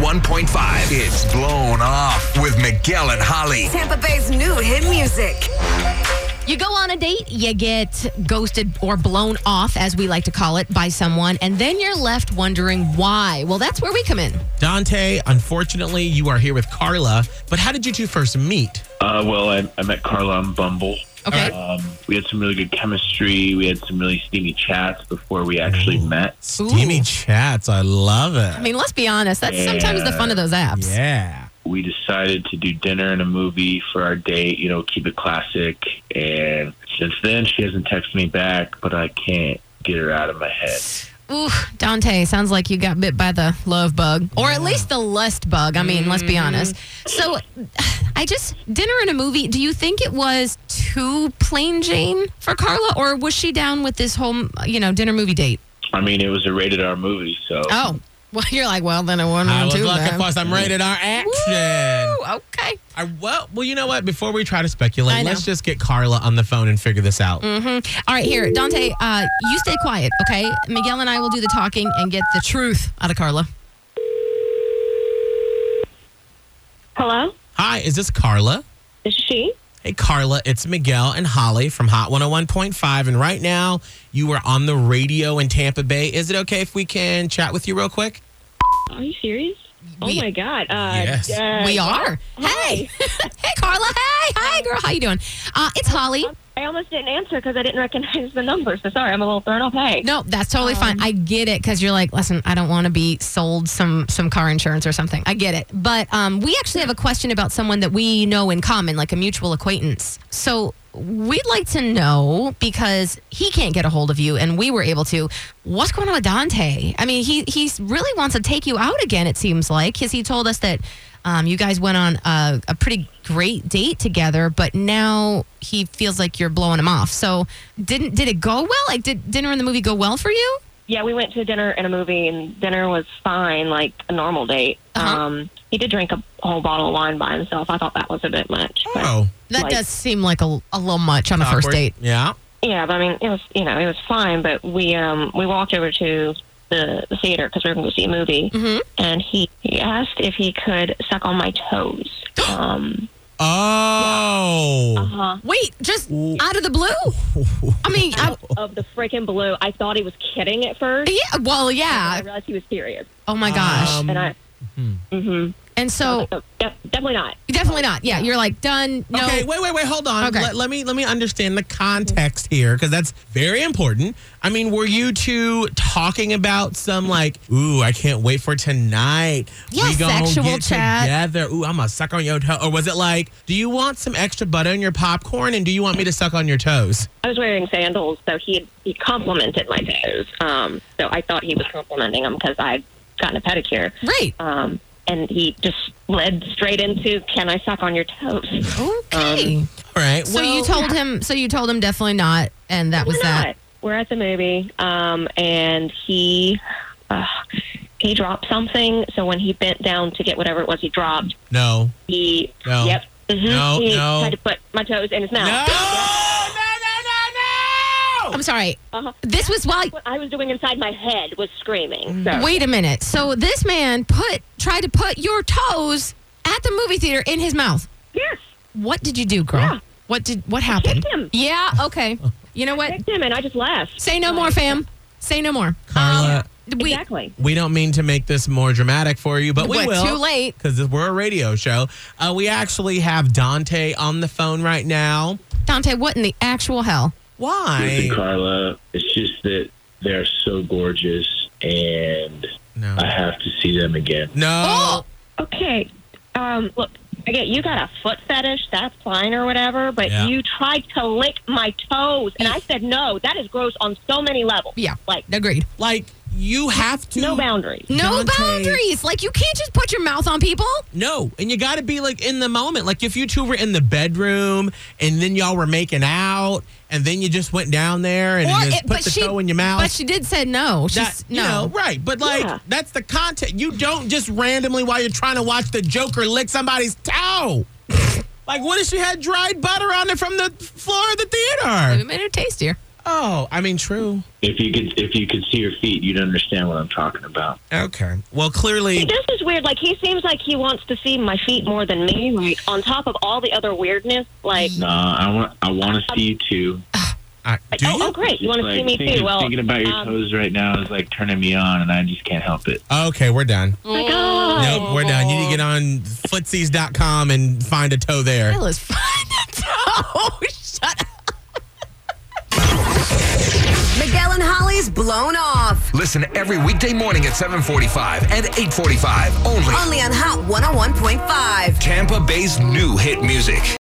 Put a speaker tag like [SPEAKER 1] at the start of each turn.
[SPEAKER 1] 101.5. It's Blown Off with Miguel and Holly.
[SPEAKER 2] Tampa Bay's new hit music.
[SPEAKER 3] You go on a date, you get ghosted or blown off, as we like to call it, by someone, and then you're left wondering why. Well, that's where we come in.
[SPEAKER 4] Dante, unfortunately, you are here with Carla. But how did you two first meet?
[SPEAKER 5] Uh, well, I, I met Carla on Bumble.
[SPEAKER 3] Okay.
[SPEAKER 5] Um, we had some really good chemistry. We had some really steamy chats before we actually met.
[SPEAKER 4] Steamy chats. I love it.
[SPEAKER 3] I mean, let's be honest. That's sometimes the fun of those apps.
[SPEAKER 4] yeah.
[SPEAKER 5] We decided to do dinner and a movie for our date, you know, keep it classic. And since then, she hasn't texted me back, but I can't get her out of my head.
[SPEAKER 3] Ooh, Dante, sounds like you got bit by the love bug, or at least the lust bug. I mean, let's
[SPEAKER 4] Mm-hmm.
[SPEAKER 3] be honest. So, I just dinner and a movie. Do you think it was too plain Jane for Carla, or was she down with this whole, you know, dinner movie date?
[SPEAKER 5] I mean, it was a rated R movie, so
[SPEAKER 3] Oh, well, you're like, well, then I won
[SPEAKER 4] I
[SPEAKER 3] one
[SPEAKER 4] was
[SPEAKER 3] too.
[SPEAKER 4] looking
[SPEAKER 3] then.
[SPEAKER 4] for some rated R action.
[SPEAKER 3] Woo, okay.
[SPEAKER 4] I, well, well, you know what? Before we try to
[SPEAKER 3] I
[SPEAKER 4] speculate,
[SPEAKER 3] know. Mm.
[SPEAKER 4] let's just get Carla on the phone and figure this out.
[SPEAKER 3] All right, here, Dante. Uh, you stay quiet, okay? Miguel and I will do the talking and get the truth out of Carla.
[SPEAKER 6] Hello,
[SPEAKER 4] Hi, is this Carla?
[SPEAKER 6] this is she.
[SPEAKER 4] Hey, Carla, it's Miguel and Holly from Hot 101.5. And right now, you are on the radio in Tampa Bay. Is it okay if we can chat with you real quick?
[SPEAKER 6] Are you serious?
[SPEAKER 3] We-
[SPEAKER 6] oh my god. Uh,
[SPEAKER 4] Yes.
[SPEAKER 6] uh,
[SPEAKER 3] we are. Hey, hey, Carla. Hey, hi, girl. How you doing? Uh, it's Holly.
[SPEAKER 6] I almost didn't answer because I didn't recognize the number. So sorry, I'm a little thrown off. Hey.
[SPEAKER 3] No, that's totally fine. I get it because you're like, listen, I don't want to be sold some some car insurance or something. I get it, but um, we actually have a question about someone that we know in common, like a mutual acquaintance. So we'd like to know because he can't get a hold of you, and we were able to. What's going on with Dante? I mean, he he really wants to take you out again. It seems like because he told us that. Um, you guys went on a, a pretty great date together, but now he feels like you're blowing him off. So, didn't did it go well? Like, did dinner and the movie go well for you?
[SPEAKER 6] Yeah, we went to dinner and a movie, and dinner was fine, like a normal date.
[SPEAKER 3] Uh-huh.
[SPEAKER 6] Um, he did drink a whole bottle of wine by himself. I thought that was a bit much. but-
[SPEAKER 4] Oh,
[SPEAKER 3] That
[SPEAKER 6] Like-
[SPEAKER 3] does seem like a, a little much on a first
[SPEAKER 4] awkward.
[SPEAKER 3] date.
[SPEAKER 4] Yeah.
[SPEAKER 6] Yeah, but I mean, it was you know it was fine. But we um we walked over to the, the theater because we were going to see a movie,
[SPEAKER 3] Mhm.
[SPEAKER 6] and he he asked if he could suck on my toes. um.
[SPEAKER 4] Oh.
[SPEAKER 3] Uh-huh.
[SPEAKER 6] Uh huh.
[SPEAKER 3] Wait, just
[SPEAKER 4] Ooh.
[SPEAKER 3] out of the blue? I mean, I,
[SPEAKER 6] of the freaking blue. I thought he was kidding at first.
[SPEAKER 3] yeah, well,
[SPEAKER 6] I
[SPEAKER 3] yeah.
[SPEAKER 6] realized he was serious,
[SPEAKER 3] Oh my gosh.
[SPEAKER 4] Um,
[SPEAKER 6] and I. Mm-hmm.
[SPEAKER 3] and so,
[SPEAKER 6] Oh, de- definitely not.
[SPEAKER 3] definitely not. Yeah, you're like done. No.
[SPEAKER 4] Okay, wait, wait, wait, hold on.
[SPEAKER 3] Okay.
[SPEAKER 4] Let, let me let me understand the context here because that's very important. I mean, were you two talking about some like, ooh, I can't wait for tonight?
[SPEAKER 3] Yeah,
[SPEAKER 4] gonna
[SPEAKER 3] sexual
[SPEAKER 4] get
[SPEAKER 3] chat.
[SPEAKER 4] together. Ooh, I'm gonna suck on your toe. Or was it like, do you want some extra butter in your popcorn and do you want me to suck on your toes?
[SPEAKER 6] I was wearing sandals, so he had, he complimented my toes. Um, so I thought he was complimenting them because I'd gotten a pedicure.
[SPEAKER 3] Right.
[SPEAKER 6] Um, and he just led straight into, "Can I suck on your toes?"
[SPEAKER 3] Okay.
[SPEAKER 4] All right.
[SPEAKER 3] so you told him. So you told him definitely not, and that was
[SPEAKER 6] Why
[SPEAKER 3] that.
[SPEAKER 6] not? We're at the movie, um, and he uh, he dropped something. So when he bent down to get whatever it was he dropped,
[SPEAKER 4] no.
[SPEAKER 6] he
[SPEAKER 4] No.
[SPEAKER 6] yep. mhm,
[SPEAKER 4] No,
[SPEAKER 6] he
[SPEAKER 4] no.
[SPEAKER 6] tried to put my toes in his mouth.
[SPEAKER 4] No. No. No. No. No.
[SPEAKER 3] I'm sorry.
[SPEAKER 6] Uh-huh.
[SPEAKER 3] This was while.
[SPEAKER 6] What I was doing inside my head was screaming. So.
[SPEAKER 3] Wait a minute. So this man put tried to put your toes at the movie theater in his mouth.
[SPEAKER 6] Yes.
[SPEAKER 3] What did you do, girl?
[SPEAKER 6] Yeah.
[SPEAKER 3] What did what happened?
[SPEAKER 6] kicked him.
[SPEAKER 3] Yeah. Okay. You know what?
[SPEAKER 6] Kicked him, and I just left.
[SPEAKER 3] Say no more, fam. Say no more. Um,
[SPEAKER 4] Carla.
[SPEAKER 3] we,
[SPEAKER 6] exactly.
[SPEAKER 4] We don't mean to make this more dramatic for you, but we
[SPEAKER 3] What,
[SPEAKER 4] will.
[SPEAKER 3] too late?
[SPEAKER 4] Because we're a radio show. Uh, we actually have Dante on the phone right now.
[SPEAKER 3] Dante, what in the actual hell?
[SPEAKER 4] Why?
[SPEAKER 5] Listen, Carla, it's just that they're so gorgeous, and
[SPEAKER 4] No.
[SPEAKER 5] I have to see them again.
[SPEAKER 4] No.
[SPEAKER 3] Oh,
[SPEAKER 6] Okay. Um, look, again, you got a foot fetish. That's fine or whatever. But
[SPEAKER 4] Yeah.
[SPEAKER 6] you tried to lick my toes, and I said no. That is gross on so many levels.
[SPEAKER 3] yeah.
[SPEAKER 6] Like
[SPEAKER 3] Agreed.
[SPEAKER 4] Like, you have to.
[SPEAKER 6] no boundaries.
[SPEAKER 3] No
[SPEAKER 4] Dante-
[SPEAKER 3] boundaries. Like you can't just put your mouth on people.
[SPEAKER 4] No. And you got to be like in the moment. Like, if you two were in the bedroom and then y'all were making out and then you just went down there and just
[SPEAKER 3] it-
[SPEAKER 4] put the toe in your mouth.
[SPEAKER 3] But she did say no. She's
[SPEAKER 4] that, you
[SPEAKER 3] no.
[SPEAKER 4] know, right. But like,
[SPEAKER 6] Yeah.
[SPEAKER 4] that's the content. You don't just randomly while you're trying to watch the Joker lick somebody's toe. like, what if she had dried butter on it from the floor of the
[SPEAKER 3] We
[SPEAKER 4] theater?
[SPEAKER 3] made her tastier.
[SPEAKER 4] Oh, I mean, true.
[SPEAKER 5] If you could, if you could see her feet, you'd understand what I'm talking about.
[SPEAKER 4] Okay. Well,
[SPEAKER 6] See,
[SPEAKER 4] clearly,
[SPEAKER 6] This is weird. Like he seems like he wants to see my feet more than me. Like on top of all the other weirdness, like,
[SPEAKER 5] Nah, I want I want to see you too.
[SPEAKER 4] I,
[SPEAKER 6] like,
[SPEAKER 4] do
[SPEAKER 6] oh,
[SPEAKER 4] you?
[SPEAKER 6] oh, great,
[SPEAKER 5] Just,
[SPEAKER 6] you want to
[SPEAKER 5] like,
[SPEAKER 6] see me
[SPEAKER 5] thinking,
[SPEAKER 6] too? Well,
[SPEAKER 5] thinking about your
[SPEAKER 6] um,
[SPEAKER 5] toes right now is like turning me on, and I just can't help it.
[SPEAKER 4] Okay, we're done.
[SPEAKER 6] my God.
[SPEAKER 4] Nope, we're done. You need to get on footsies.com and find a toe there.
[SPEAKER 3] Bill is fun. oh, shut up.
[SPEAKER 2] Miguel and Holly's blown off.
[SPEAKER 1] Listen every weekday morning at 745 and 845 only.
[SPEAKER 2] Only on Hot 101.5.
[SPEAKER 1] Tampa Bay's new hit music.